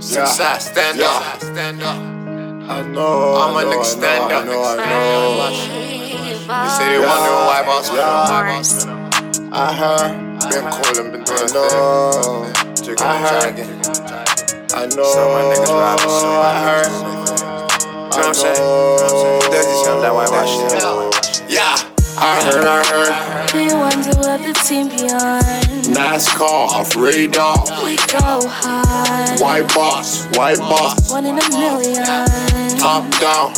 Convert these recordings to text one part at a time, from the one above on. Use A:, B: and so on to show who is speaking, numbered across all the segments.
A: Success, stand
B: Yeah.
A: up, stand up.
B: I know.
A: I'm
B: I
A: an
B: know,
A: extender.
B: I know, I know.
A: You say they
B: Yeah.
A: wondering why boss
B: Yeah.
A: yeah.
B: I know. I heard.
A: Been calling, been
B: I
A: doing things.
B: know.
A: Chicken
B: I heard.
A: and
B: I know.
C: Some of my niggas robbing, some of my
B: I heard.
C: niggas
B: I
C: You know what I'm saying?
B: know.
C: Dirty sound that whitewash.
B: Yeah. I heard. I heard.
D: We wonder what the team be on.
B: NASCAR off radar.
D: We go hard.
B: White boss. White boss.
D: One in a million.
B: Top down.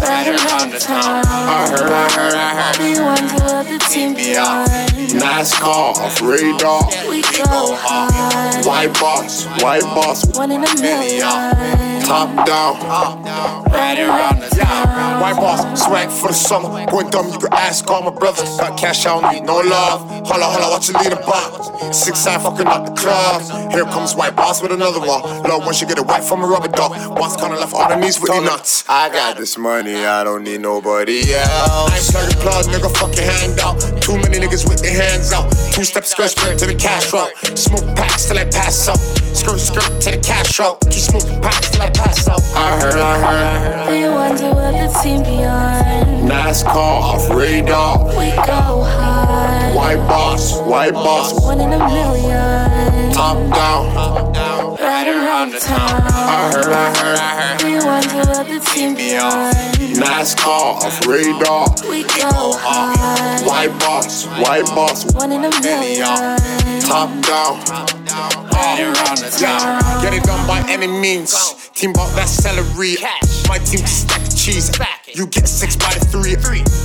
D: Better than
B: I
D: time.
B: heard. I heard. I heard.
D: We wonder what the team be on.
B: NASCAR off radar.
D: We go hard.
B: White boss. White boss.
D: One in a million.
B: Top down.
D: Right around the time.
B: White boss. Swag for the summer. Boy dumb. You can ask all my brothers. Got cash. I don't need no love. Holla, holla. Watch you lead a box. Six nine fucking up the club. Here comes white boss with another one. Love once you get a white from a rubber dog. Once kinda left on her knees with the nuts. I got this money. I don't need nobody else. I ain't plugging plug, nigga, fuck your hand out. Too many niggas with their hands out. Two step skirt, skirt to the cash route. Smoke packs till I pass out. Skirt, skirt to the cash route. Keep smoking packs till I pass out. I heard, I heard.
D: We wonder what the team be on.
B: NASCAR off radar.
D: We go hard.
B: White boss, white boss.
D: One in a million.
B: Top down.
D: Right around the time.
B: I heard, I heard, I heard.
D: We wonder what the team be on.
B: NASCAR off radar.
D: We go hard.
B: White boss, white boss.
D: One in a million.
B: Top down. Yeah, get it done by any means. Team bought that celery. My team just stack the cheese. You get six by the three.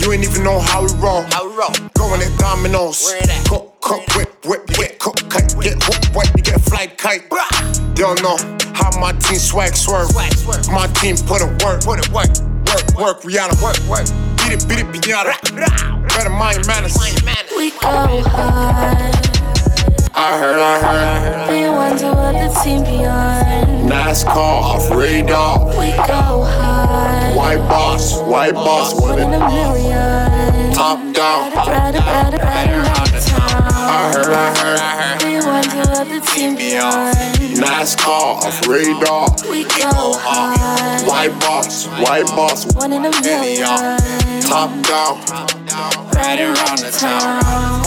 B: You ain't even know how we roll. Going at dominoes. Cook, cook, whip, whip, whip. Cook, cut, get whoop, wet. You get a fly kite. You don't know how my team swag swerve. My team put in work. Put it work. Work, work, Rihanna. Work, work. Beat it, beat it, Rihanna. Better mind your manners.
D: We go hard.
B: I heard, I heard.
D: We wonder what the team be on.
B: NASCAR off radar.
D: We go hard.
B: White boss, white boss,
D: One in
B: women
D: a million.
B: top down.
D: Right, right, right, right around the
B: I
D: time.
B: heard, I heard, I
D: We wonder what the team be on.
B: heard. NASCAR off radar.
D: We go hard.
B: White boss, white boss,
D: One in a million.
B: top down.
D: Right around the time.